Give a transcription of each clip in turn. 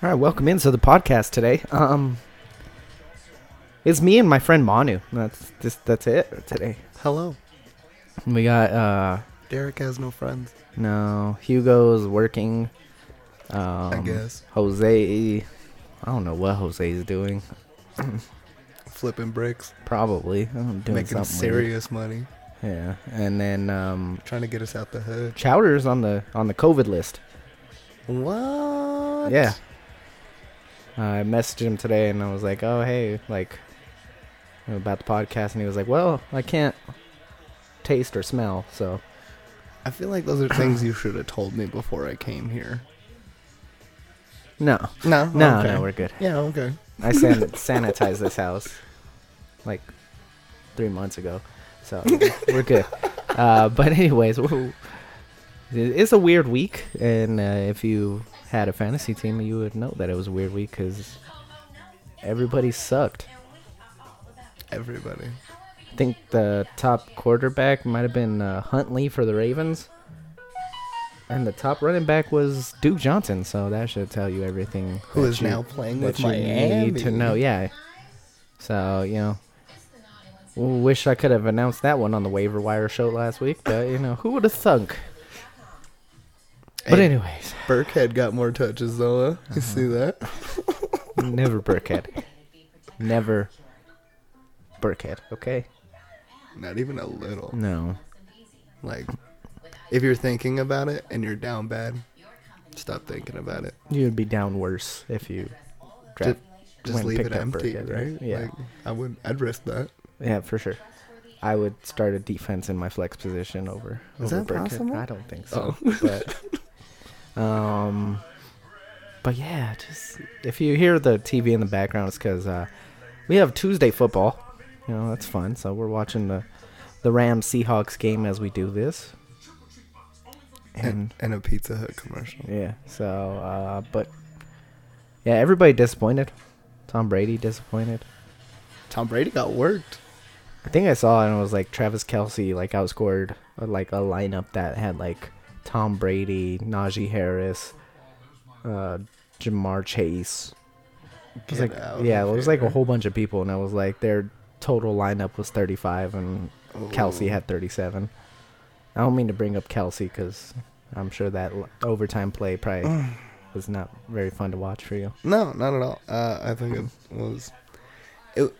right, welcome into the podcast today. Um, it's me and my friend Manu. That's just that's it today. Hello. We got uh, Derek has no friends, no Hugo's working. Um, I guess. Jose, I don't know what Jose is doing. Flipping bricks, Probably I'm doing making something weird. serious money, Yeah, and then um, trying to get us out the hood. Chowder's on the on the COVID list. What? Yeah. Uh, I messaged him today and I was like, "Oh, hey, like you know, about the podcast," and he was like, "Well, I can't taste or smell, so I feel like those are things you should have told me before I came here. no, No. no, okay. no, we're good." Yeah. Okay. Oh, I san- sanitized this house like three months ago, so we're good. Uh, but anyways, we'll- it's a weird week, and uh, if you had a fantasy team, you would know that it was a weird week because everybody sucked. Everybody. I think the top quarterback might have been uh, Huntley for the Ravens. And the top running back was Duke Johnson, so that should tell you everything. Who that is you- now playing that with you Miami? need to know. Yeah. So you know, w- wish I could have announced that one on the waiver wire show last week, but you know, who would have thunk? But Uh-huh. Hey. anyways, Burkhead got more touches though. Huh? You see that? never Burkhead, never Burkhead. Okay, Not even a little. no, Like, if you're thinking about it and you're down bad, stop thinking about it. you'd be down worse if you Just, draft. just went leave picked it up empty, Burkhead, right? yeah. Like, I would. I'd risk that. Yeah, for sure. I would start a defense in my flex position over. Is over that possible? I don't think so. But, um, but yeah, just if you hear the TV in the background, it's because uh, we have Tuesday football. You know that's fun. So we're watching the the Rams Seahawks game as we do this. and, And and a Pizza Hut commercial. yeah, so uh, but yeah, everybody disappointed. Tom Brady disappointed. Tom Brady got worked. I think I saw it and it was like Travis Kelsey like outscored uh, like a lineup that had like Tom Brady, Najee Harris, uh, Jamar Chase. It was Get like, out yeah, it of was like a here. whole bunch of people, and it was like their total lineup was 35, and Oh. Kelsey had 37. I don't mean to bring up Kelsey because I'm sure that l- overtime play probably was not very fun to watch for you. No, not at all. Uh, I think it was. It,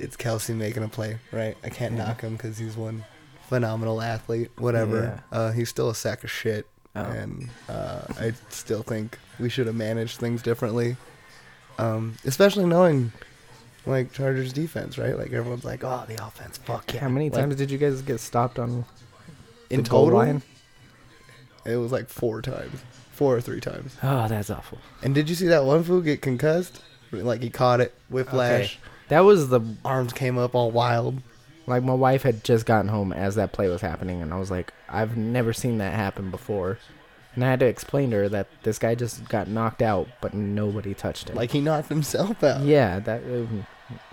it's Kelsey making a play, right? I can't knock him because he's one phenomenal athlete. Whatever. Uh, he's still a sack of shit, Oh. and uh, I still think we should have managed things differently. Um, especially knowing, like Chargers defense, right? Like everyone's like, "Oh, the offense, fuck yeah." How many Like, times did you guys get stopped on in the goal total? line? It was like four times, four or three times. Oh, that's awful. And did you see that one fool get concussed? Like he caught it, whiplash, Okay. That was the arms came up all wild. Like my wife had just gotten home as that play was happening, and I was like, I've never seen that happen before. And I had to explain to her that this guy just got knocked out, but nobody touched him. Like uh, he knocked himself out. yeah, that um,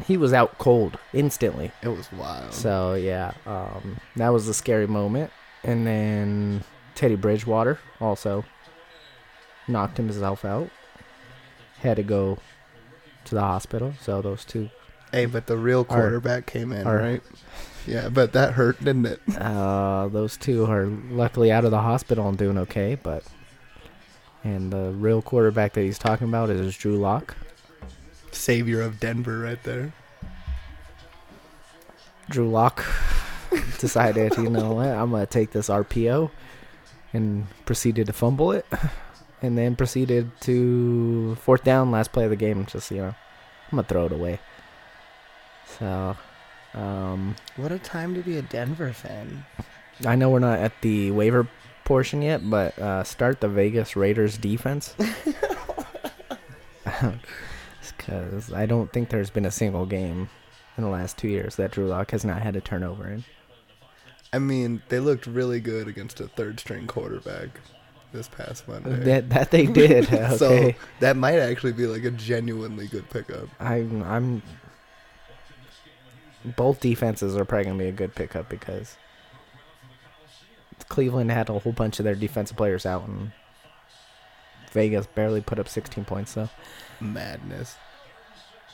he was out cold instantly. It was wild. So yeah, um, that was a scary moment. And then Teddy Bridgewater also knocked himself out. Had to go to the hospital. So those two hey, but the real quarterback came in, our- right? Yeah, but that hurt, didn't it? Uh, those two are luckily out of the hospital and doing okay, but and the real quarterback that he's talking about is Drew Lock. Savior of Denver right there. Drew Lock decided, you know what, I'm gonna take this RPO and proceeded to fumble it. And then proceeded to fourth down, last play of the game, just you know, I'm gonna throw it away. So um What a time to be a Denver fan. I know we're not at the waiver portion yet, but uh, start the Vegas Raiders defense. Because I don't think there's been a single game in the last two years that Drew Lock has not had a turnover in. I mean, they looked really good against a third string quarterback this past Monday. That that they did. Okay, So that might actually be like a genuinely good pickup. I'm I'm. Both defenses are probably gonna be a good pickup because Cleveland had a whole bunch of their defensive players out, and Vegas barely put up 16 points though. Madness.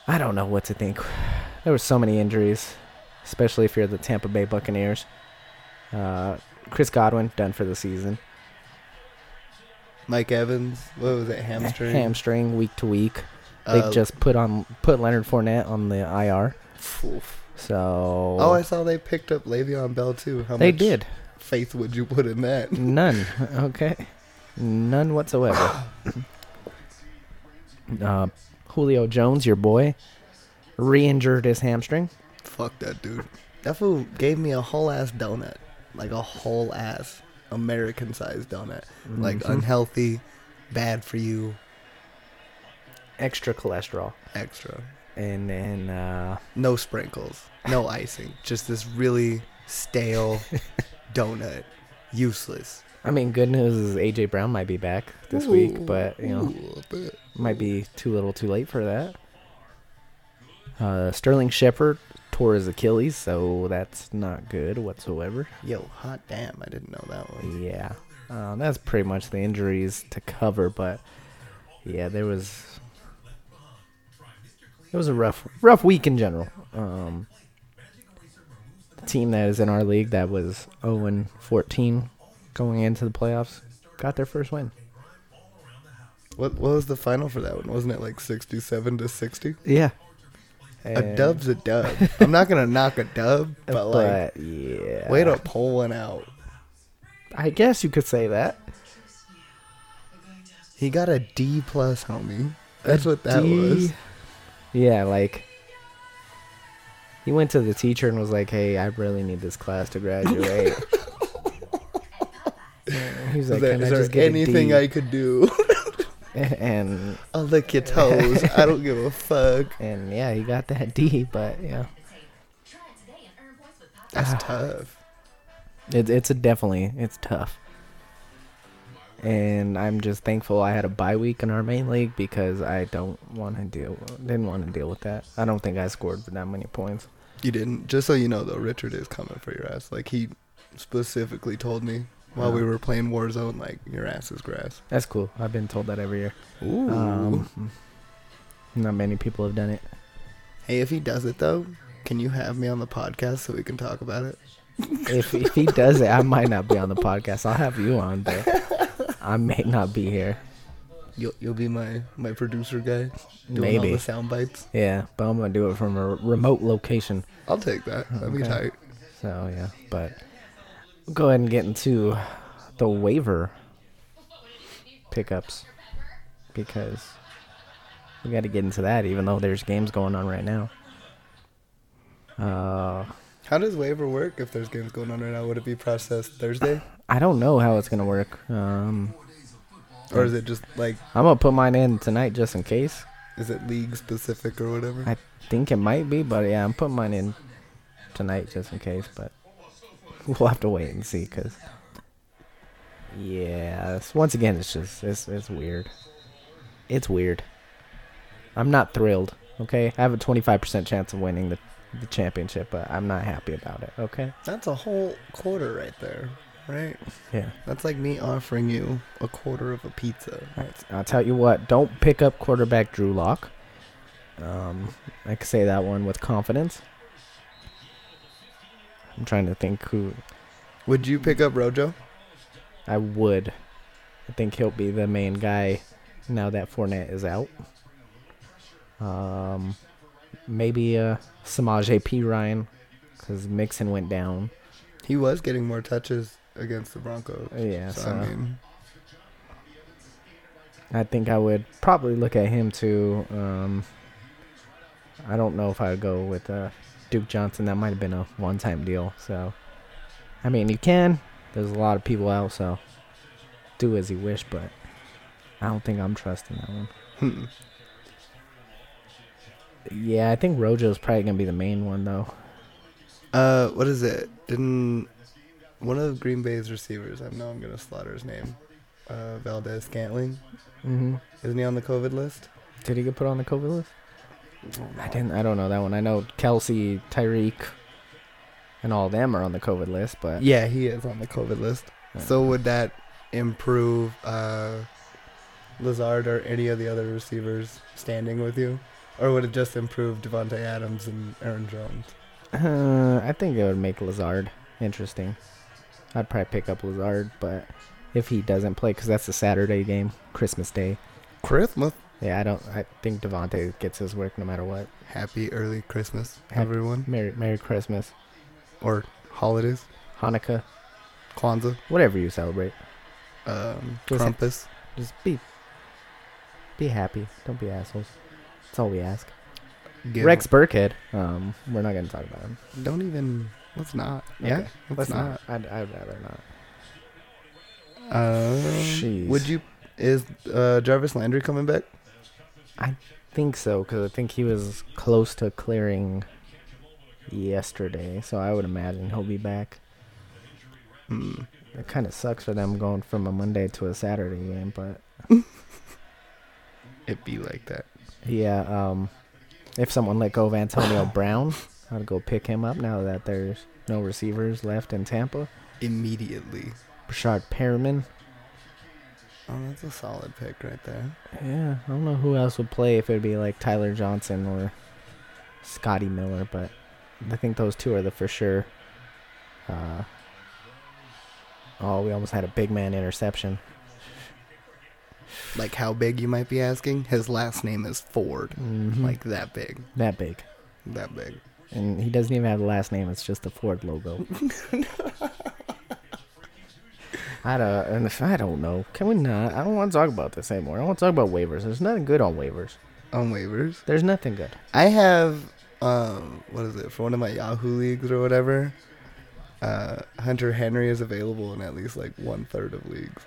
I don't know what to think. There were so many injuries, especially if you're the Tampa Bay Buccaneers. Uh, Chris Godwin done for the season. Mike Evans, what was it? Hamstring. Hamstring week to week. They Uh, just put on put Leonard Fournette on the IR. oof. So Oh, I saw they picked up Le'Veon Bell too. How they much did faith would you put in that? none. Okay, none whatsoever. uh, Julio Jones, your boy, re-injured his hamstring. Fuck that dude. That fool gave me a whole ass donut, like a whole ass American sized donut, like Mhm. unhealthy, bad for you, extra cholesterol, extra. and then uh, No sprinkles, no icing, just this really stale donut, useless. I mean, good news is AJ Brown might be back this week, but you know. Ooh, I bet. Might be too little too late for that. Uh, Sterling Shepard tore his Achilles, so that's not good whatsoever. Yo, hot damn! I didn't know that one. Yeah. Um, that's pretty much the injuries to cover, but yeah, there was. It was a rough, rough week in general. Um, the team that is in our league that was 0 14 going into the playoffs got their first win. What what was the final for that one? Wasn't it like sixty-seven to sixty? Yeah. A dub's a dub. I'm not gonna knock a dub, but like, but yeah. way to pull one out. I guess you could say that. He got a D plus, homie. That's what that D- was. Yeah, like he went to the teacher and was like, "Hey, I really need this class to graduate." And he was like, Is there- "Can is I there just get anything a I could do? D?" And I'll lick your toes. I don't give a fuck. and yeah, he got that D, but yeah, Ah. That's tough. it, it's a definitely it's tough. And I'm just thankful I had a bye week in our main league because I don't want to deal didn't want to deal with that. I don't think I scored that many points. You didn't. Just so you know, though, Richard is coming for your ass. Like he specifically told me while Ah. we were playing Warzone, like your ass is grass. That's cool. I've been told that every year. Ooh. Um, not many people have done it. hey, if he does it though, can you have me on the podcast so we can talk about it? If, if he does it, I might not be on the podcast. I'll have you on, but I may not be here. You'll you'll be my my producer guy. Doing all Maybe. the sound bites. Yeah, but I'm gonna do it from a r- remote location. I'll take that. That'd be Okay. tight. So yeah, but go ahead and get into the waiver pickups because we got to get into that. Even though there's games going on right now. Uh, How does waiver work if there's games going on right now? Would it be processed Thursday? I don't know how it's gonna work. Um, Or is it just like I'm gonna put mine in tonight just in case. is it league specific or whatever? I think it might be, but yeah, I'm putting mine in tonight just in case. But we'll have to wait and see, cause yeah, it's, once again, it's just it's it's weird. It's weird. I'm not thrilled. Okay, I have a 25% chance of winning the the championship, but I'm not happy about it. Okay. That's a whole quarter right there, right? Yeah. That's like me offering you a quarter of a pizza. All right, I'll tell you what. Don't pick up quarterback Drew Lock. Um, I can say that one with confidence. I'm trying to think who Would you pick up Rojo? I would. I think he'll be the main guy now that Fournette is out. Um, maybe uh, Samaj P. Ryan because Mixon went down. He was getting more touches against the Broncos. Yeah, so, so, I mean, I think I would probably look at him too. Um, I don't know if I would go with uh, Duke Johnson. That might have been a one-time deal. So, I mean, you can. There's a lot of people out, so do as you wish. But I don't think I'm trusting that one. hmm. Yeah, I think Rojo's probably gonna be the main one though. uh, what is it? Didn't one of Green Bay's receivers? I know I'm gonna slaughter his name. Uh, Valdez Scantling. Mm-hmm. Isn't he on the COVID list? Did he get put on the COVID list? I didn't. I don't know that one. I know Kelsey, Tyreek, and all them are on the COVID list, but Yeah, he is on the COVID list. Yeah. So would that improve uh, Lazard or any of the other receivers standing with you, or would it just improve Devonte Adams and Aaron Jones? Uh, I think it would make Lazard interesting. I'd probably pick up Lazard, but if he doesn't play, because that's a Saturday game, Christmas Day. Christmas. Yeah, I don't. I think Devonte gets his work no matter what. Happy early Christmas, Happy- everyone, Merry Merry Christmas, or holidays, Hanukkah, Kwanzaa, whatever you celebrate. um, Was it- Krampus. Just be be happy. Don't be assholes. That's all we ask. Give- Rex Burkhead. Um, we're not gonna talk about him. Don't even. Let's not. Okay, Yeah. Let's, Let's not. not. I'd, I'd rather not. Um, Jeez. would you? Is uh, Jarvis Landry coming back? Think so, because I think he was close to clearing yesterday. So I would imagine he'll be back. Mm. It kind of sucks for them going from a Monday to a Saturday game, but It be like that. yeah. Um, if someone let go of Antonio Brown, I'd go pick him up now that there's no receivers left in Tampa. Immediately. Brashard Perriman. Oh, that's a solid pick right there. Yeah, I don't know who else would play if it'd be like Tyler Johnson or Scotty Miller, but I think those two are the for sure. Uh, oh, we almost had a big man interception. Like how big you might be asking? His last name is Ford. Like Like that big. that big, That big. and he doesn't even have a last name. It's just the Ford logo. I don't. and if- I don't know. Can we not? I don't want to talk about this anymore. I want to talk about waivers. There's nothing good on waivers. On waivers. There's nothing good. I have um what is it for one of my Yahoo leagues or whatever. Uh, Hunter Henry is available in at least like one third of leagues.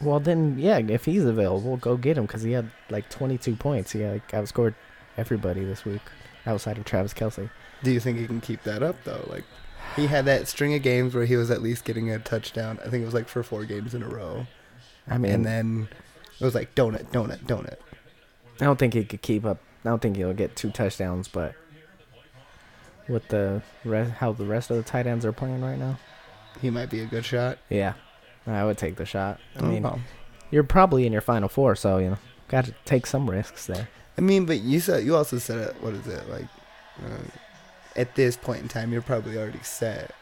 Well, then, yeah, if he's available, go get him because he had like 22 points. He like, outscored everybody this week outside of Travis Kelsey. Do you think he can keep that up though? Like he had that string of games where he was at least getting a touchdown. I think it was like for four games in a row. I mean, And then it was like donut, donut, donut. I don't think he could keep up. I don't think he'll get two touchdowns, but with the rest, how the rest of the tight ends are playing right now, He might be a good shot. yeah, I would take the shot. I mean, Oh. you're probably in your final four, so you know, got to take some risks there. I mean, but you said you also said it. What is it like? Uh, at this point in time, you're probably already set.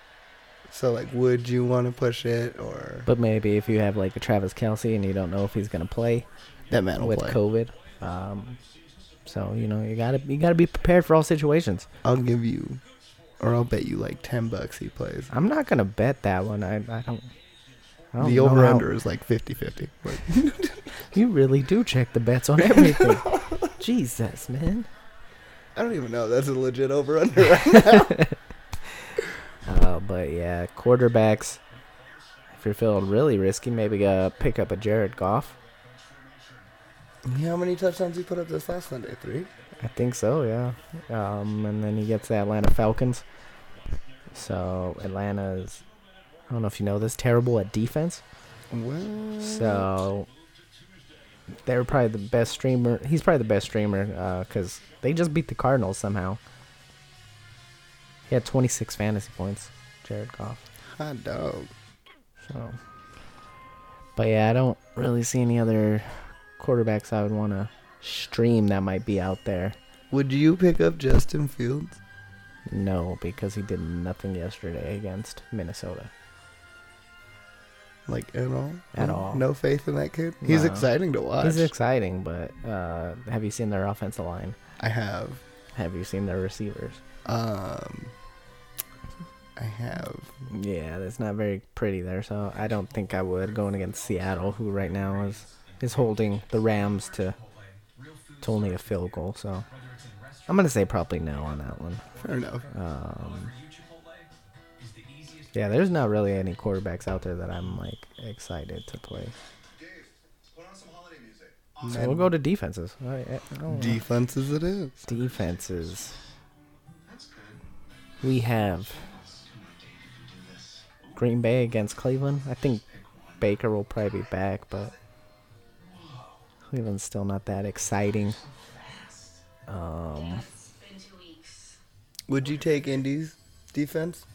So like, would you want to push it or But maybe if you have like a Travis Kelsey and you don't know if he's gonna play, that man will with play? COVID. Um, so you know you gotta you gotta be prepared for all situations. I'll give you, or I'll bet you like ten bucks he plays. I'm not gonna bet that one. I I don't. I don't The know over how- under is like 50-50. Like, You really do check the bets on everything. Jesus, man. I don't even know. That's a legit over under. Right? Uh, but yeah, quarterbacks. If you're feeling really risky, maybe uh, pick up a Jared Goff. You know How many touchdowns he put up this last Sunday? Three. I think so, yeah. Um, and then he gets the Atlanta Falcons. So Atlanta is, I don't know if you know this, terrible at defense. Well, So they were probably the best streamer. He's probably the best streamer because they just beat the Cardinals somehow. He had 26 fantasy points, Jared Goff. hot dog. So, but yeah, I don't really see any other quarterbacks I would want to stream that might be out there. Would you pick up Justin Fields? No, because he did nothing yesterday against Minnesota. Like at all? At No- all. No faith in that kid. He's No. exciting to watch. He's exciting, but uh, have you seen their offensive line? I have. Have you seen their receivers? Um, I have. Yeah, that's not very pretty there. So I don't think I would going against Seattle, who right now is is holding the Rams to to only a field goal. So I'm gonna say probably no on that one. Fair enough. Um, yeah, there's not really any quarterbacks out there that I'm like excited to play. So we'll go to defenses. All right, I- I don't- defenses. It is. defenses. We have Green Bay against Cleveland. I think Baker will probably be back, but Cleveland's still not that exciting. Um, Would you take Indy's defense?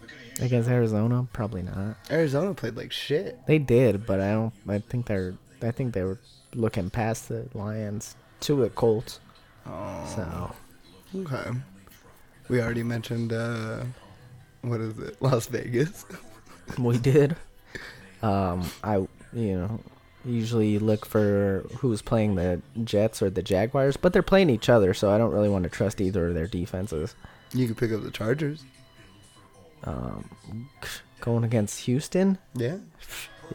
against Arizona, probably not. Arizona played like shit. They did, but I don't. I think they're I think they were looking past the Lions to the Colts. Oh. So Okay. We already mentioned uh, what is it? Las Vegas. we did. Um, I you know usually look for who's playing the Jets or the Jaguars, but they're playing each other, so I don't really want to trust either of their defenses. You could pick up the Chargers. Um, going against Houston, Yeah.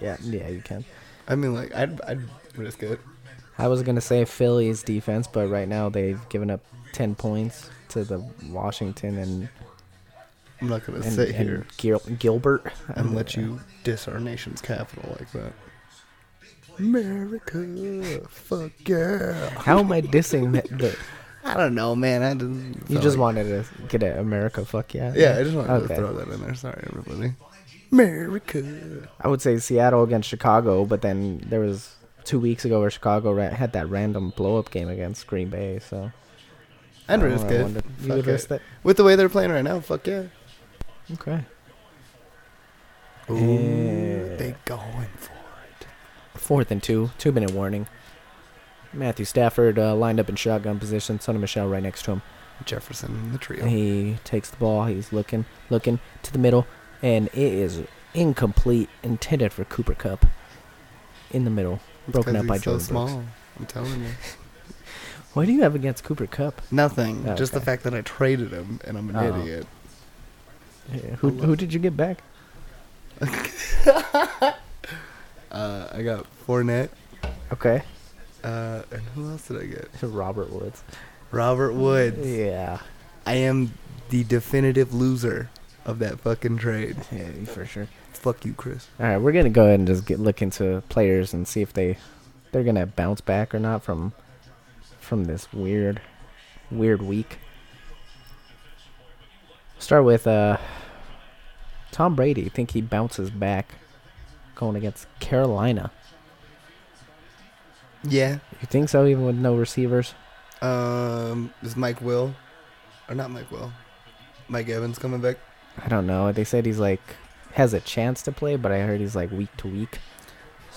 yeah, yeah, you can. I mean, like I'd I'd risk it. I was gonna say Philly's defense, but right now they've given up ten points to the Washington and I'm not gonna and, sit and here Gil- Gilbert. and let you diss our nation's capital like that. America, fuck yeah. How am I dissing that? The, I don't know, man. I just you just wanted to get at America, fuck yeah. Yeah, I just wanted Okay. to throw that in there. Sorry, everybody. America. I would say Seattle against Chicago, but then there was two weeks ago where Chicago ra- had that random blow up game against Green Bay. So I I'd don't risk know, I it. wonder- You Fuck would it. risk that? With the way they're playing right now, fuck yeah. Okay. Ooh, Yeah. they going for it. Fourth and two, two minute warning. Matthew Stafford uh, lined up in shotgun position. Son of Michelle right next to him. Jefferson in the trio. He takes the ball. He's looking, looking to the middle, and it is incomplete, intended for Cooper Cup. In the middle, It's broken 'cause up by he's so Jordan Brooks. small. I'm telling you. What do you have against Cooper Cup? Nothing. Oh, Just the okay. fact that I traded him and I'm an Oh. idiot. Who, who did you get back? Uh, I got Fournette. Okay, Uh, and who else did I get? Robert Woods. Robert Woods. Yeah, I am the definitive loser of that fucking trade. yeah, for sure. Fuck you, Chris. All right, we're gonna go ahead and just get look into players and see if they they're gonna bounce back or not from from this weird weird week. Start with uh Tom Brady. Think he bounces back going against Carolina? Yeah. You think so? Even with no receivers? Um, is Mike Will, or not Mike Will? Mike Evans coming back. I don't know. They said he's like has a chance to play, but I heard he's like week to week.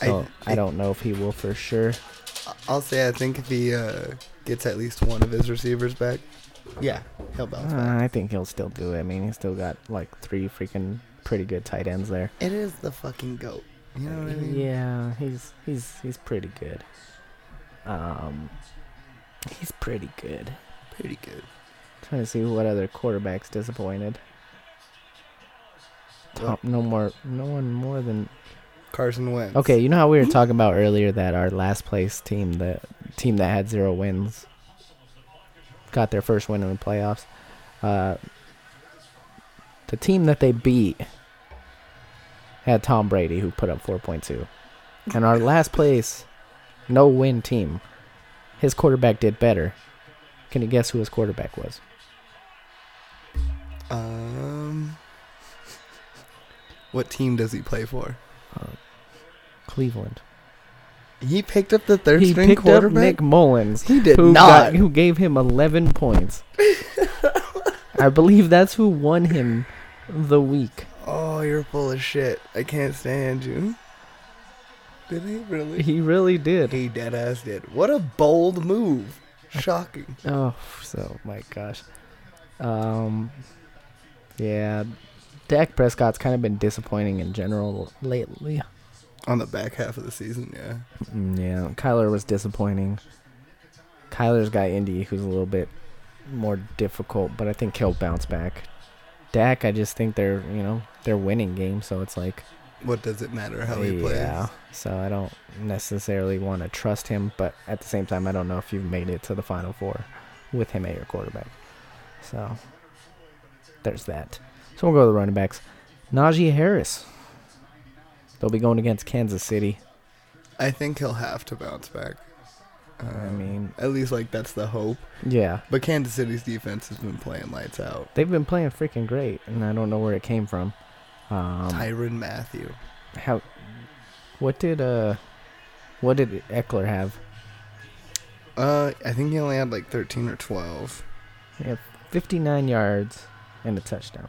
I- So I I- don't know if he will for sure. I- I'll say I think if he uh, gets at least one of his receivers back, yeah, he'll bounce Uh, back. I think he'll still do it. I mean, he's still got like three freaking pretty good tight ends there. It is the fucking goat. You know what I mean? Yeah, he's he's he's pretty good. Um, he's pretty good. Pretty good. Trying to see what other quarterbacks disappointed. Well, Tom, no more, no one more than. Carson Wentz. Okay, you know how we were talking about earlier that our last place team, the team that had zero wins, got their first win in the playoffs. Uh, the team that they beat had Tom Brady, who put up 4.2. And our last place, no win team, his quarterback did better. Can you guess who his quarterback was? Um, what team does he play for? Cleveland. He picked up the third he string picked up quarterback. Nick Mullins, he did who, not. got, who gave him 11 points. I believe that's who won him the week. Oh, you're full of shit. I can't stand you. Did he really? He really did. He dead ass did. What a bold move. Shocking. Oh, so my gosh. Um, yeah, Dak Prescott's kind of been disappointing in general lately. On the back half of the season, yeah. Mm, Yeah, Kyler was disappointing. Kyler's got Indy, who's a little bit more difficult, but I think he'll bounce back. Dak, I just think they're you know they're winning games, so it's like What does it matter how he yeah. So I don't necessarily want to trust him, but at the same time, I don't know if you've made it to the final four with him at your quarterback. So there's that. So we'll go to the running backs. Najee Harris. They'll be going against Kansas City. plays? I think he'll have to bounce back. I Um, mean, at least like that's the hope. yeah. But Kansas City's defense has been playing lights out. They've been playing freaking great, and I don't know where it came from. Um, Tyron Matthew. how? What did uh? What did Eckler have? Uh, I think he only had like 13 or 12. He had 59 yards and a touchdown.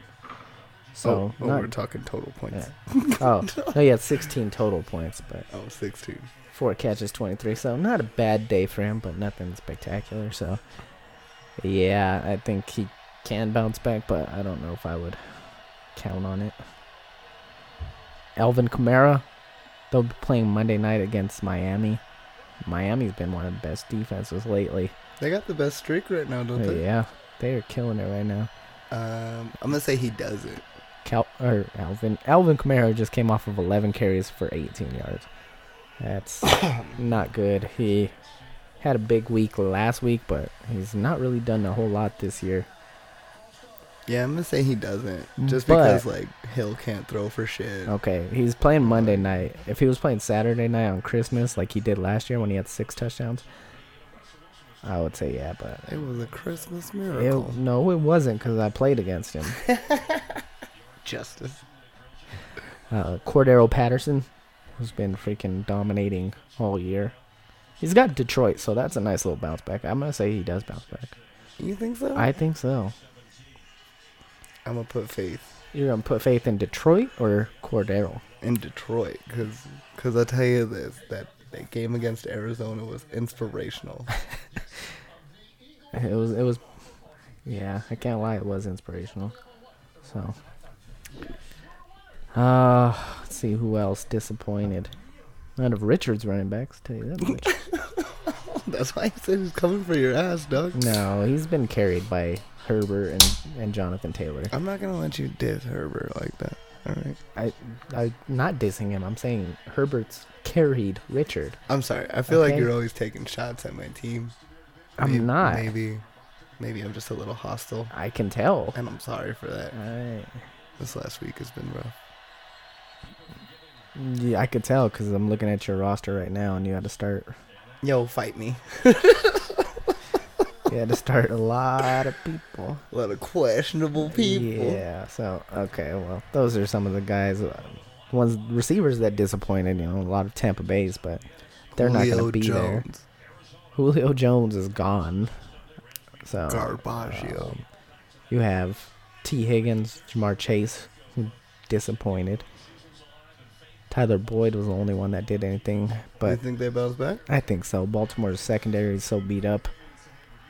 So oh, oh, not we're talking total points. Oh, Yeah. oh, no, he had 16 total points, but Oh, 16. four catches, 23. So not a bad day for him, but nothing spectacular. So yeah, I think he can bounce back, but I don't know if I would count on it. Elvin Kamara, they'll be playing Monday night against Miami. Miami's been one of the best defenses lately. They got the best streak right now, don't they? Yeah, they are killing it right now. Um, I'm gonna say he does it. Cal or Alvin Alvin Kamara just came off of 11 carries for 18 yards. That's not good. He had a big week last week, but he's not really done a whole lot this year. Yeah, I'm gonna say he doesn't. Just But- Oh. because like Hill can't throw for shit. Okay, he's playing Monday night. If he was playing Saturday night on Christmas, like he did last year when he had six touchdowns, I would say yeah. But It was a Christmas miracle. it, no, it wasn't because I played against him. Justice. Uh, Cordero Patterson, who's been freaking dominating all year. He's got Detroit, so that's a nice little bounce back. I'm gonna say he does bounce back. You think so? I think so. I'm gonna put faith You're gonna put faith in Detroit or Cordero? in Detroit because cause I tell you this that that game against Arizona was inspirational. It was. It was. Yeah, I can't lie. It was inspirational. So. Uh, let's see who else disappointed. None of Richard's running backs. Tell you that much. That's why I said he's coming for your ass, dog. no, he's been carried by Herbert and and Jonathan Taylor. I'm not gonna let you diss Herbert like that. All right. I, I not dissing him. I'm saying Herbert's carried Richard. I'm sorry. I feel like Okay. you're always taking shots at my team. I'm May- not. Maybe, maybe I'm just a little hostile, I can tell. and I'm sorry for that. I, This last week has been rough. yeah, I could tell because I'm looking at your roster right now, and you had to start. Yo, fight me. You had to start a lot of people. A lot of questionable people. Yeah. So okay, well, those are some of the guys, uh, ones receivers that disappointed. You know, a lot of Tampa Bay's, but they're not going Julio to be there. Jones, Julio Jones is gone. So Garbaggio. um, you have T. Higgins, Jamar Chase, who disappointed. Tyler Boyd was the only one that did anything, you but think they bounce back? I think so. Baltimore's secondary is so beat up.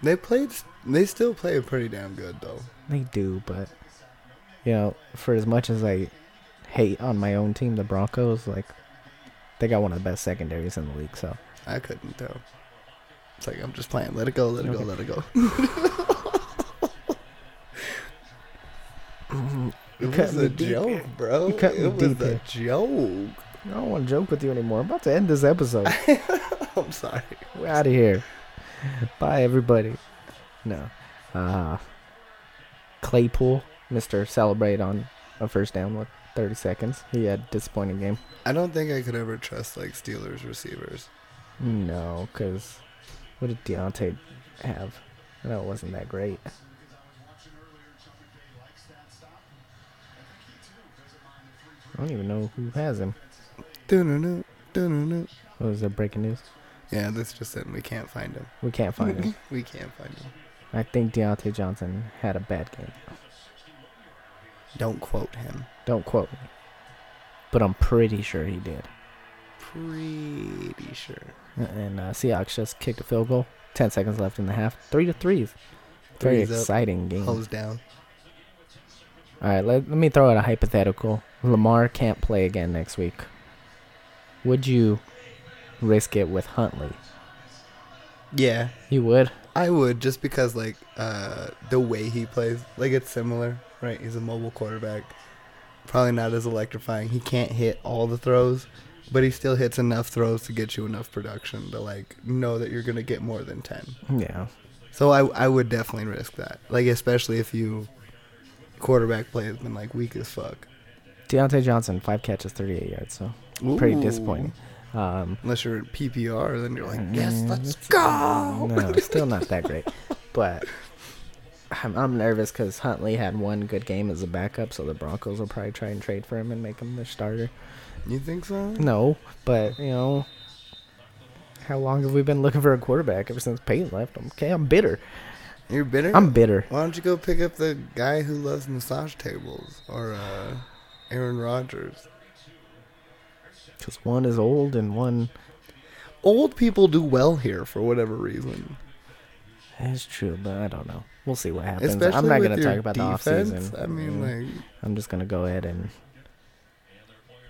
They played. They still played pretty damn good though. They do, but you know, for as much as I hate on my own team, the Broncos, like they got one of the best secondaries in the league. So I couldn't tell. It's like I'm just playing. Let it go. Let it Okay. go. Let it go. You It cut was me a deep. joke, bro. You cut me It was deep a here. joke. I don't want to joke with you anymore. I'm about to end this episode. Oh. I'm sorry. We're out of here. Bye, everybody. No, uh, Claypool, Mister Celebrate on a first down with 30 seconds. He had a disappointing game. I don't think I could ever trust like Steelers receivers. No, because what did Deontay have? No, it wasn't that great. I don't even know who has him. Doo-doo-doo, doo-doo-doo. What was that breaking news? Yeah, this just it. We can't find him. We can't find him. we can't find him. I think Deontay Johnson had a bad game. Don't quote him. Don't quote me. But I'm pretty sure he did. Pretty sure. And uh, Seahawks just kicked a field goal. 10 seconds left in the half. 3 to 3. Very Three's up. exciting game. Hose down. All right, let, let me throw out a hypothetical. Lamar can't play again next week. Would you risk it with Huntley? Yeah, You would. I would just because like uh the way he plays, like it's similar, right? He's a mobile quarterback. Probably not as electrifying. He can't hit all the throws, but he still hits enough throws to get you enough production to like know that you're gonna get more than ten. Yeah. So I I would definitely risk that. Like especially if you quarterback play has been like weak as fuck. Deontay Johnson, five catches, 38 yards. So pretty disappointing. Um, Unless you're PPR, then you're like, yes, mm, let's it's- go. No, still not that great. But I'm, I'm nervous because Huntley had one good game as a backup, so the Broncos will probably try and trade for him and make him their starter. You think so? No, but you know, how long have we been looking for a quarterback ever since Peyton left? Okay, I'm bitter. You're bitter. I'm bitter. Why don't you go pick up the guy who loves massage tables or uh, Aaron Rodgers? Because one is old and one old people do well here for whatever reason. That's true, but I don't know. We'll see what happens. Especially I'm not with going to your talk about defense. the offseason. I mean, Yeah. like I'm just going to go ahead and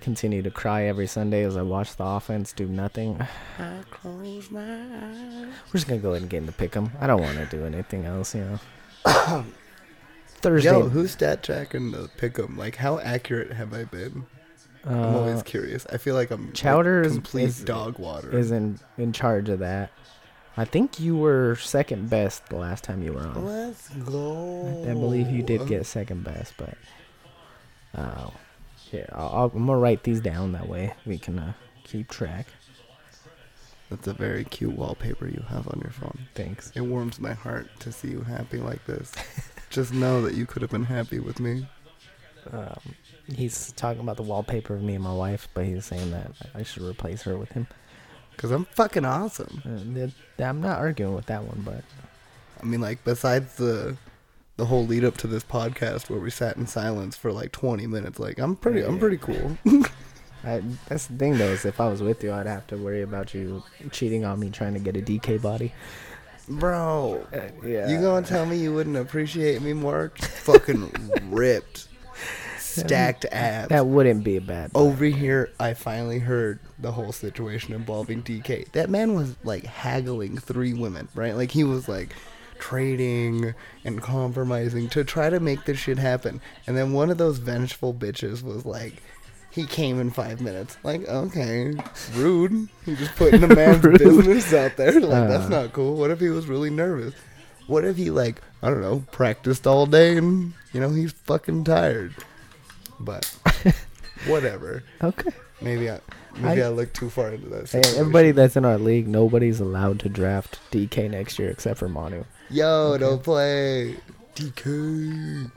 continue to cry every Sunday as I watch the offense do nothing. We're I close my eyes. just going to go ahead and get in the pick 'em. I don't want to do anything else, you know. Thursday. Yo, who's stat tracking the pick'em? Like, how accurate have I been? I'm uh, always curious. I feel like I'm like, Chowder is- complete is- dog water. is in in charge of that. I think you were second best the last time you were on. Let's go. I believe you did get second best, but uh, yeah, I'll, I'll, I'm gonna write these down that way we can uh, keep track. That's a very cute wallpaper you have on your phone. Thanks. It warms my heart to see you happy like this. Just know that you could have been happy with me. Um, he's talking about the wallpaper of me and my wife, but he's saying that I should replace her with him. Because I'm fucking awesome. Uh, that- that- I'm not arguing with that one, but I mean, like, besides the the whole lead up to this podcast where we sat in silence for like 20 minutes, like, I'm pretty, I'm Yeah. pretty cool. I, that's the thing though is if I was with you, I'd have to worry about you cheating on me trying to get a DK body. Bro, Uh, yeah. You gonna tell me you wouldn't appreciate me more? Fucking ripped, stacked abs. that wouldn't be a bad. Over here, I finally heard the whole situation involving DK. That man was like haggling three women, right? Like he was like trading and compromising to try to make this shit happen. And then one of those vengeful bitches was like, he came in five minutes. Like, okay, rude. He just putting a man's Rude. business out there. Like, Uh. that's not cool. What if he was really nervous? What if he like, I don't know, practiced all day and you know he's fucking tired. But whatever. Okay. Maybe I maybe I- I, looked too far into that. Hey, Situation. everybody that's in our league, nobody's allowed to draft DK next year except for Manu. yo, don't play DK.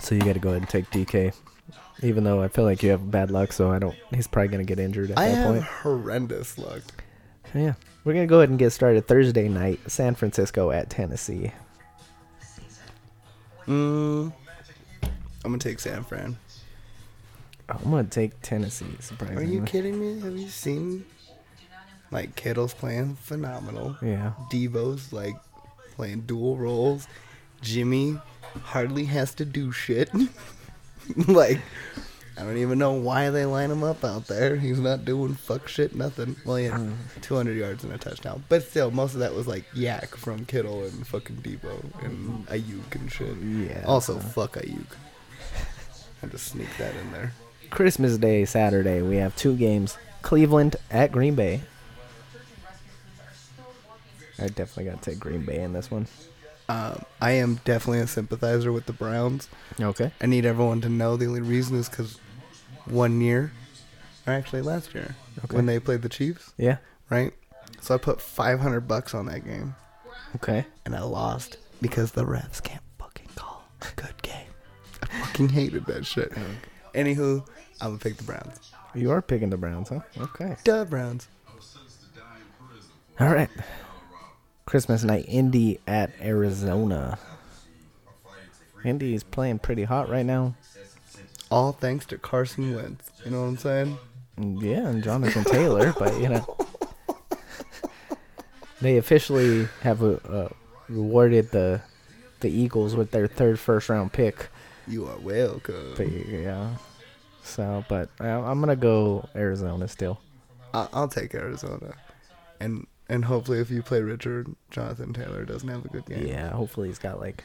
So you got to go ahead and take DK. Even though I feel like you have bad luck, so I don't. He's probably gonna get injured at I that have point. horrendous luck. Yeah, we're gonna go ahead and get started Thursday night, San Francisco at Tennessee. Mm. I'm gonna take San Fran. I'm gonna take Tennessee. Surprisingly, Are you kidding me? Have you seen like Kittle's playing phenomenal? Yeah, Devo's like playing dual roles. Jimmy hardly has to do shit. like I don't even know why they line him up out there. He's not doing fuck shit, nothing. Well, he had 200 yards and a touchdown, but still, most of that was like yak from Kittle and fucking Debo and Ayuk and shit. Yeah. Also, fuck Ayuk. I just sneak that in there. Christmas Day Saturday we have two games: Cleveland at Green Bay. I definitely gotta take Green Bay in this one. Um, I am definitely a sympathizer with the Browns. Okay. I need everyone to know the only reason is because one year, or actually last year, Okay. when they played the Chiefs, Yeah. right? So I put 500 bucks on that game Okay. and I lost because the refs can't fucking call a good game. I fucking hated that shit. Anywho, I'm gonna pick the Browns. You are picking the Browns, huh? Okay. Duh, Browns. All right. Christmas night, Indy at Arizona. Indy is playing pretty hot right now. All thanks to Carson Wentz. You know what I'm saying? Yeah, and Jonathan Taylor, but you know. They officially have uh uh, rewarded the the Eagles with their third first round pick. You are welcome. But yeah. So, but I, I'm going to go Arizona still. I- I'll take Arizona, and and hopefully if you play Richard, Jonathan Taylor doesn't have a good game. Yeah, hopefully he's got like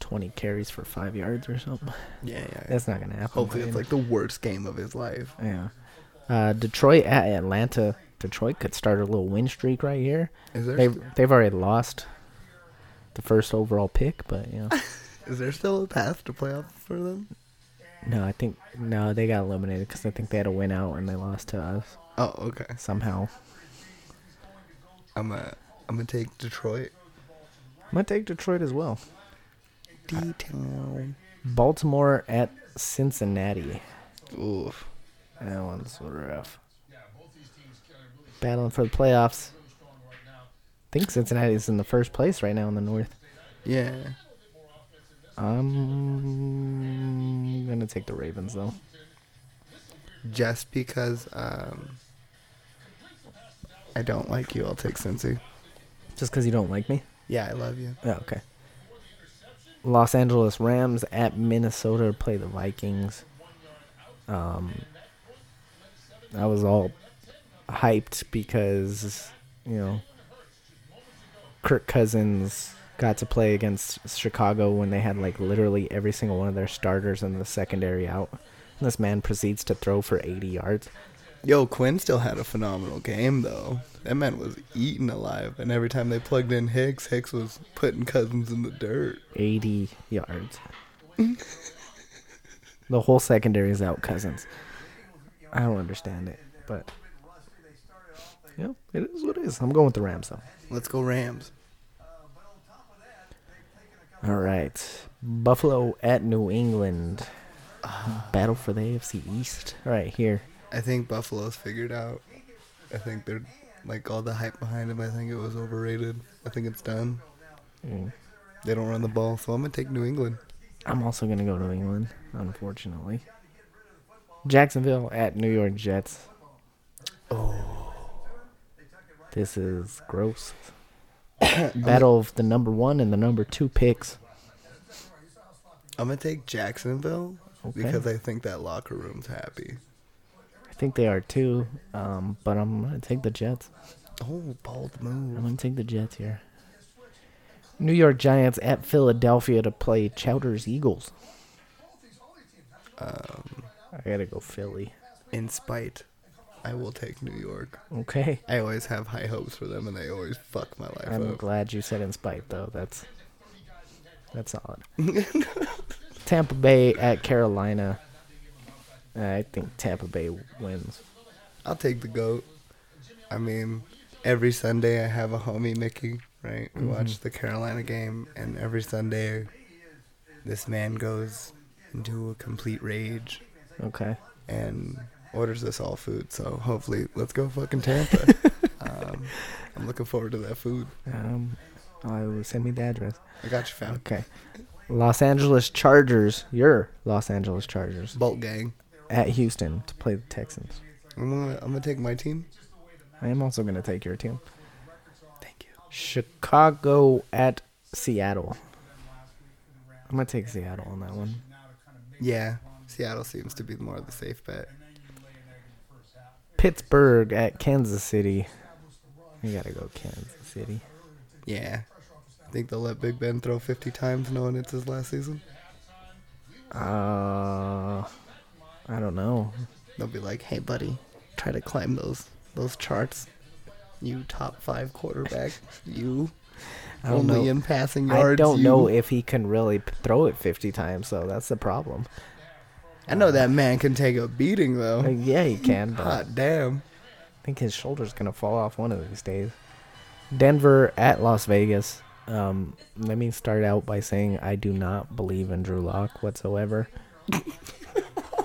20 carries for 5 yards or something. yeah, yeah. yeah. That's not going to happen. Hopefully, but, it's you know. like the worst game of his life. Yeah. Uh, Detroit at Atlanta. Detroit could start a little win streak right here. Is there They've st- they've already lost the first overall pick, but you know, is there still a path to playoff for them? no, I think no, they got eliminated because I think they had a win out and they lost to us Oh, okay. somehow. I'm a I'm gonna take Detroit. I'm gonna take Detroit as well. D town. Baltimore at Cincinnati. Oof. That one's rough. Battling for the playoffs. I think Cincinnati's in the first place right now in the North. Yeah. I'm gonna take the Ravens though. Just because um I don't like you. I'll take Cincy. Just because you don't like me? Yeah, I love you. Oh, okay. Los Angeles Rams at Minnesota play the Vikings. Um, I was all hyped because you know Kirk Cousins got to play against Chicago when they had like literally every single one of their starters in the secondary out. And this man proceeds to throw for 80 yards. Yo, Quinn still had a phenomenal game though. That man was eaten alive, and every time they plugged in Hicks, Hicks was putting Cousins in the dirt. 80 yards. the whole secondary is out, Cousins. I don't understand it, but yeah, it is what it is. I'm going with the Rams though. Let's go Rams. All right, Buffalo at New England. Battle for the AFC East. All right, here. I think Buffalo's figured out. I think they're like all the hype behind him. I think it was overrated. I think it's done. Mm. They don't run the ball, so I'm gonna take New England. I'm also gonna go to England, unfortunately. Jacksonville at New York Jets. Oh, this is gross. Battle of the number one and the number two picks. I'm gonna take Jacksonville Okay. because I think that locker room's happy. I think they are too, um, but I'm gonna take the Jets. Oh, bold I'm move. gonna take the Jets here. New York Giants at Philadelphia to play Chowder's Eagles. Um, I gotta go Philly. In spite, I will take New York. Okay. I always have high hopes for them, and they always fuck my life I'm up. glad you said in spite though. That's that's solid. Tampa Bay at Carolina. Uh, I think Tampa Bay wins. I'll take the goat. I mean, every Sunday I have a homie Mickey, right? We watch the Carolina game, and every Sunday, this man goes into a complete rage Okay. and orders us all food. So hopefully, let's go fucking Tampa. um, I'm looking forward to that food. Um, I will send me the address. I got you, fam. Okay. Los Angeles Chargers. Your Los Angeles Chargers Bolt gang. at Houston to play the Texans. I'm gonna, I'm gonna take my team. I am also gonna take your team. Thank you. Chicago at Seattle. I'm gonna take Seattle on that one. Yeah, Seattle seems to be more of the safe bet. Pittsburgh at Kansas City. You gotta go Kansas City. Yeah. I think they'll let Big Ben throw 50 times knowing it's his last season. Uh, I don't know. They'll be like, "Hey, buddy, try to climb those those charts. You top five quarterback. You I don't only know. in passing I yards. don't you." know if he can really p- throw it 50 times, so that's the problem. I know that man can take a beating though. Like, yeah, he can, but I Hot damn. think his shoulder's gonna fall off one of these days. Denver at Las Vegas. Um, let me start out by saying I do not believe in Drew Lock whatsoever.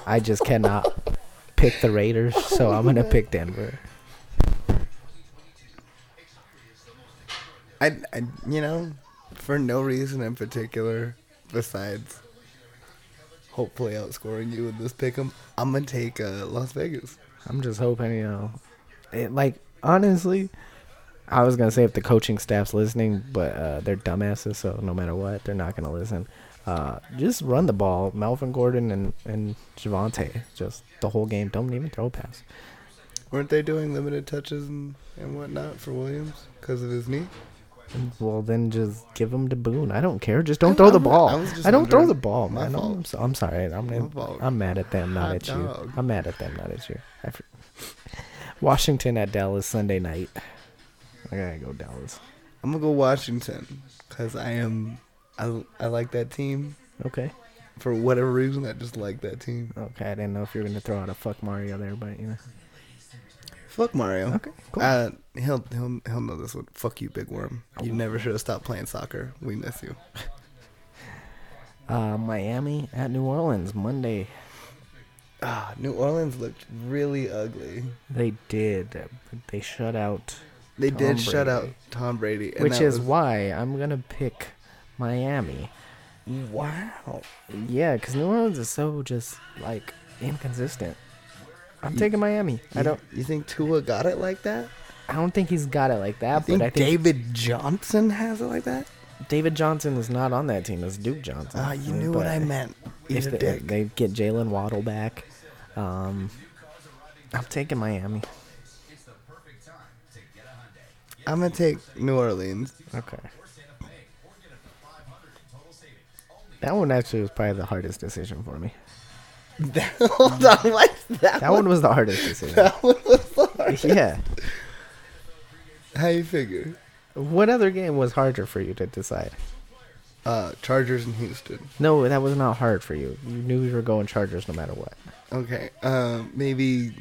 I just cannot pick the Raiders, so I'm gonna pick Denver. I, I, you know, for no reason in particular, besides hopefully outscoring you with this pick'em, I'm gonna take uh, Las Vegas. I'm just hoping, you know, it, like honestly, I was gonna say if the coaching staff's listening, but uh, they're dumbasses, so no matter what, they're not gonna listen. Uh, just run the ball, Melvin Gordon and and Javante, just the whole game. Don't even throw a pass. Weren't they doing limited touches and, and whatnot for Williams because of his knee? Well, then just give them to Boone. I don't care. Just don't throw the I'm- ball. I I, was just don't throw the wondering. ball, My man. I'm- fault. I'm, so, I'm sorry. I'm, My fault. I'm mad at them, not Hot at dog. you. I'm mad at them, not at you. I fr- Washington at Dallas Sunday night. I gotta go Dallas. I'm gonna go Washington because I am, I, I like that team. Okay. for whatever reason, I just like that team. Okay, I didn't know if you were gonna throw out a fuck Mario there, but you know. Fuck Mario. Okay, cool. Uh, he'll he'll he'll know this one. Fuck you, big worm. You never should have stopped playing soccer. We miss you. Uh, Miami at New Orleans Monday. Ah, New Orleans looked really ugly. They did. but They shut out, They Tom did shut out Brady. Tom Brady, and which that is was- why I'm gonna pick Miami. wow. Yeah, because New Orleans is so just like inconsistent. I'm taking Miami. I don't. You think Tua got it like that? I don't think he's got it like I that. think, but I think David Johnson has it like that. David Johnson is not on that team. It's Duke Johnson. Ah, you knew what But I meant. Eat If a they, dick. they get Jalen Waddle back, um, I'm taking Miami. I'm gonna take New Orleans. Okay. That one actually was probably the hardest decision for me. Hold on, what's that? That one was the hardest decision. That one was hard. yeah. How you figure? What other game was harder for you to decide? Uh, Chargers in Houston. No, that was not hard for you. You knew you were going Chargers no matter what. Okay. Um, maybe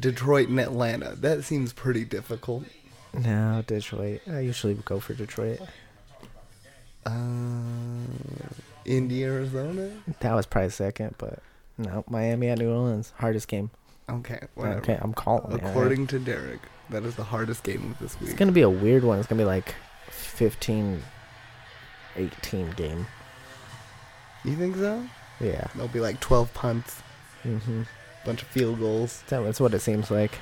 Detroit and Atlanta. That seems pretty difficult. No, Detroit. I usually would go for Detroit. Uh, Indy, Arizona. That was probably second, but no, Miami at New Orleans, hardest game. Okay. Whatever. Okay, I'm calling. it, alright? According to Derek, that is the hardest game of this It's week. gonna be a weird one. It's gonna be like 15, 18 game. you think so? Yeah, There'll be like 12 punts, hmm bunch of field goals. That, that's what it seems like.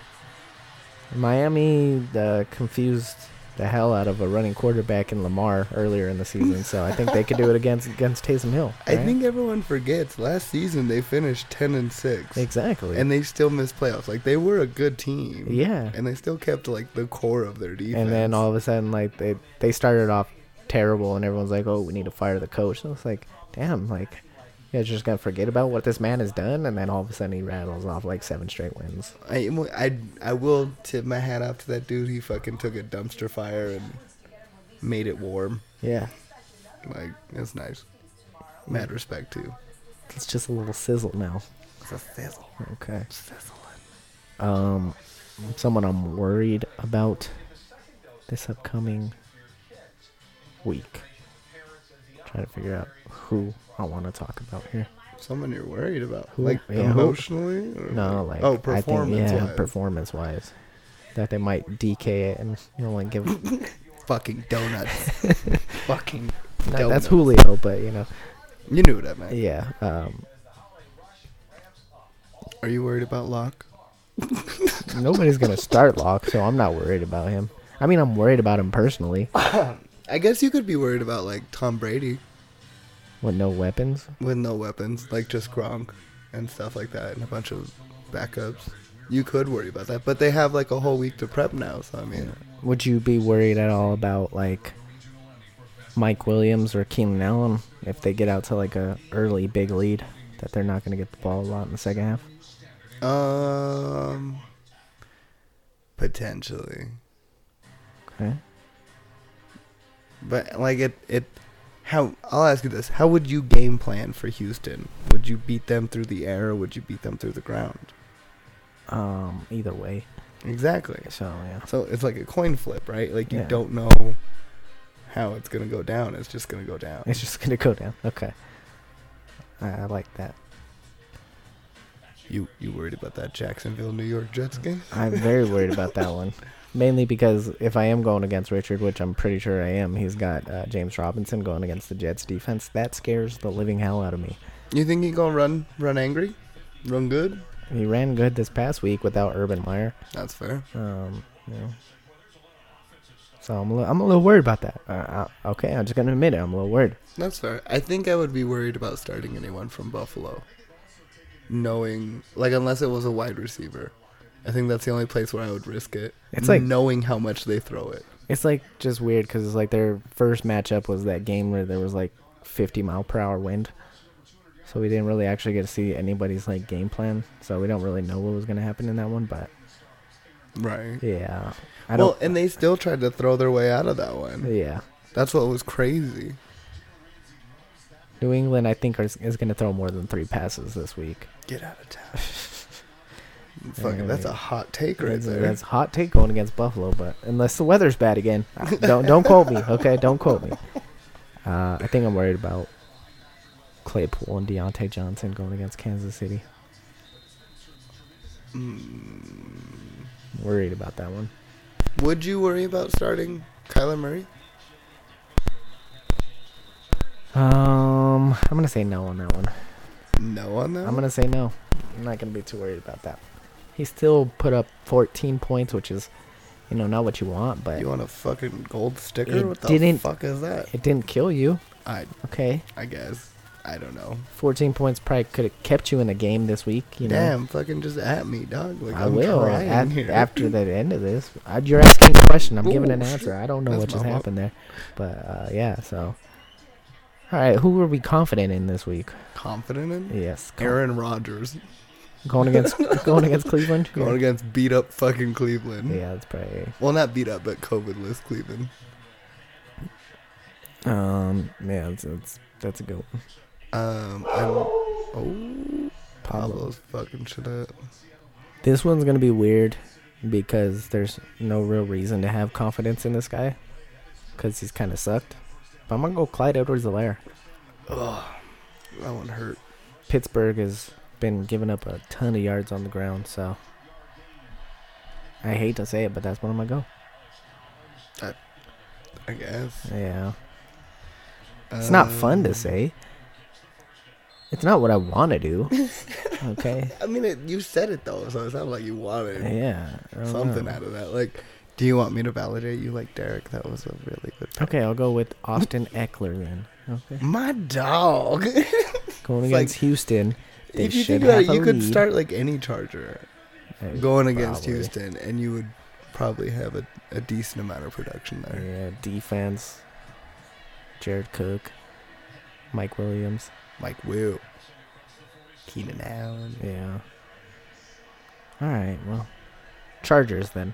Miami uh, confused the hell out of a running quarterback in Lamar earlier in the season, so I think they could do it against against Taysom Hill. I right? think everyone forgets last season they finished 10 and 6. exactly. and they still missed playoffs. Like they were a good team. yeah, And they still kept like the core of their defense. and then all of a sudden like they they started off terrible and everyone's like oh we need to fire the coach so it's like damn like you guys are just gonna forget about what this man has done and then all of a sudden he rattles off like seven straight wins I, I, I will tip my hat off to that dude. He fucking took a dumpster fire and made it warm. yeah Like that's nice. Mad respect too. it's just a little sizzle now It's a sizzle, okay sizzling. um someone i'm worried about this upcoming week trying to figure out who i want to talk about here Someone you're worried about, Who- like yeah, who- emotionally? Or No, like oh, I think performance. yeah, performance wise, that they might DK it and you know like give. no, fucking donuts. fucking. that's donuts. Julio, but you know, You knew what I meant. yeah. Um, Are you worried about Locke? nobody's gonna start Locke, so I'm not worried about him. I mean, I'm worried about him personally I guess you could be worried about like Tom Brady. with no weapons. with no weapons, like just Gronk and stuff like that, and a bunch of backups. You could worry about that, but they have like a whole week to prep now. So I mean, Would you be worried at all about like Mike Williams or Keenan Allen if they get out to like a early big lead that they're not gonna get the ball a lot in the second half? um, potentially, Okay. but like it, it. How I'll ask you this: How would you game plan for Houston? Would you beat them through the air? Or would you beat them through the ground? Um, either way. Exactly. So yeah. So it's like a coin flip, right? Like you Yeah. don't know how it's gonna go down. It's just gonna go down. It's just gonna go down. Okay. I, I like that. You you worried about that Jacksonville New York Jets game? I'm very worried about that one, mainly because if I am going against Richard, which I'm pretty sure I am, he's got uh, James Robinson going against the Jets defense. That scares the living hell out of me. You think he gonna run run angry, run good? He ran good this past week without Urban Meyer. That's fair. Um, you know. So I'm a little, I'm a little worried about that. Uh, I, okay, I'm just gonna admit it. I'm a little worried. That's fair. I think I would be worried about starting anyone from Buffalo, knowing like unless it was a wide receiver. I think that's the only place where I would risk it. It's like- knowing how much they throw it. It's like just weird because it's like their first matchup was that game where there was like 50 mile per hour wind, so we didn't really actually get to see anybody's like game plan. So we don't really know what was gonna happen in that one. But Right. yeah, I well, don't. and they still tried to throw their way out of that one. yeah, That's what was crazy. New England, I think, is, is gonna throw more than three passes this week. Get out of town. Fucking, that's a hot take right that's, there. that's a hot take going against Buffalo, but unless the weather's bad again, don't don't quote me. Okay, don't quote me. Uh, I think I'm worried about Claypool and Deontay Johnson going against Kansas City. Mm. Worried about that one. Would you worry about starting Kyler Murray? Um, I'm gonna say no on that one. No on that. I'm gonna say no. I'm not gonna be too worried about that. He still put up 14 points, which is, you know, not what you want, but You want a fucking gold sticker? It what the didn't- fuck is that? it didn't kill you. I Okay, I guess. I don't know. 14 points probably could have kept you in the game this week. You know, Damn, fucking just at me, dog. Like I am will trying af- here. after the end of this. I, you're asking a question. I'm giving an Ooh, answer. shit. I don't know That's what just my fault. happened there, but uh, yeah. So, all right, who were we confident in this week? confident in Yes, go- Aaron Rodgers going against going against Cleveland. going against beat up fucking Cleveland. yeah, that's probably. Well, not beat up, but COVID-less Cleveland. Um, yeah, that's that's, that's a good one. Um, I oh Pablo. Pablo's fucking shit up. This one's gonna be weird because there's no real reason to have confidence in this guy because he's kind of sucked. But I'm gonna go Clyde Edwards-Helaire. Ugh, that one hurt. Pittsburgh has been giving up a ton of yards on the ground, so I hate to say it, but that's where I'm gonna go. I guess Yeah, it's not fun to Um, say. It's not what I want to do. Okay. I mean, it, you said it though, so it sounded like you wanted Yeah. I don't something know. out of that. Like, do you want me to validate you, like Derek? That was a really good. pick. Okay, I'll go with Austin Eckler then. Okay. My dog. Going It's like- against Houston. They if you should think about it, have a you could lead. start like any Charger Uh, going against probably. Houston, and you would probably have a, a decent amount of production there. Uh, Yeah, defense. Jared Cook. Mike Williams. Mike Will, Keenan Allen. Yeah. All right. Well, Chargers then.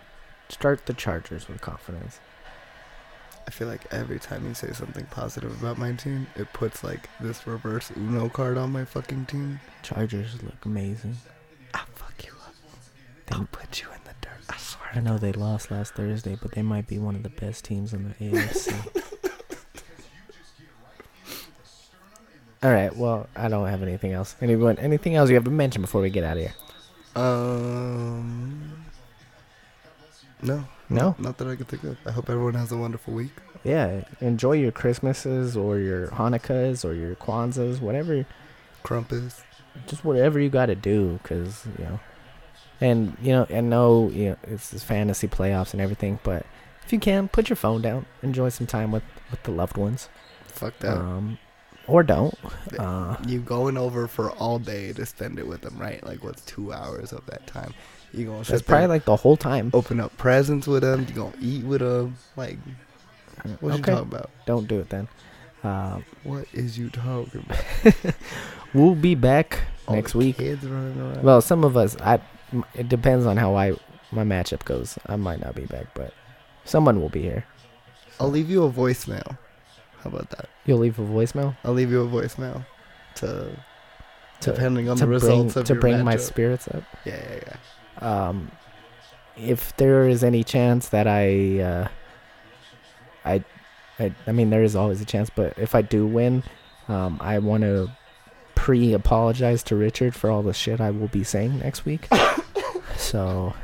Start the Chargers with confidence. I feel like every time you say something positive about my team, it puts like this reverse Uno card on my fucking team. Chargers look amazing. I'll fuck you up. I'll put you in the dirt. I swear. I know they lost last Thursday, but they might be one of the best teams in the AFC. All right. Well, I don't have anything else. Anyone? Anything else you have to mention before we get out of here? Um. No. No. Not that I can think of. I hope everyone has a wonderful week. Yeah. Enjoy your Christmases or your Hanukkahs or your Kwanzas, whatever Crumpus. just whatever you got to do because you know and you know and no you know it's this fantasy playoffs and everything but if you can put your phone down enjoy some time with with the loved ones Fuck that. um or don't uh you going over for all day to spend it with them, right? Like, what's two hours of that time? You gonna that's sit there, probably like the whole time open up presents with them? You gonna eat with them? Like, what you okay talking about? don't do it then uh, What is you talking about? we'll be back All next the week kids running around. well some of us i m- it depends on how i my matchup goes i might not be back but someone will be here I'll leave you a voicemail. How about that? you'll leave a voicemail I'll leave you a voicemail to to, depending on to the results bring, of to your bring my matchup. spirits up yeah, yeah, yeah. um, if there is any chance that I, uh, I, I, I mean, there is always a chance, but if I do win, um, I want to pre-apologize to Richard for all the shit I will be saying next week. so,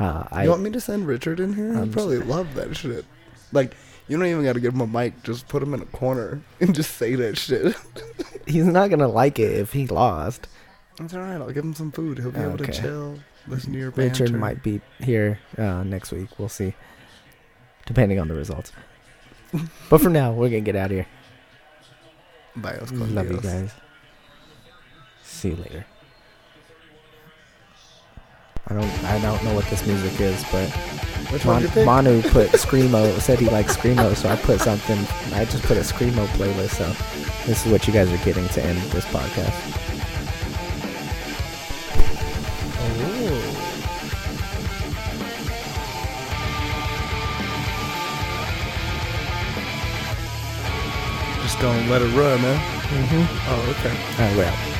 uh, I, you want me to send Richard in here? I'm I'd probably love that shit. Like, you don't even got to give him a mic. Just put him in a corner and just say that shit. he's not gonna like it if he lost. It's all right. I'll give him some food. He'll be able Okay. to chill, listen to your banter. Richard might be here uh, next week. We'll see, depending on the results. but for now, we're gonna get out of here. Bios Love you Colombios. guys. See you later. I don't I don't know what this music is, but Which one you Mon- pick? Manu put screamo said he likes screamo, so I put something. I just put a screamo playlist. So this is what you guys are getting to end this podcast. Oh. Just gonna let it run, huh? Mm-hmm. Oh, okay. Mm-hmm. Oh, All right, we're out.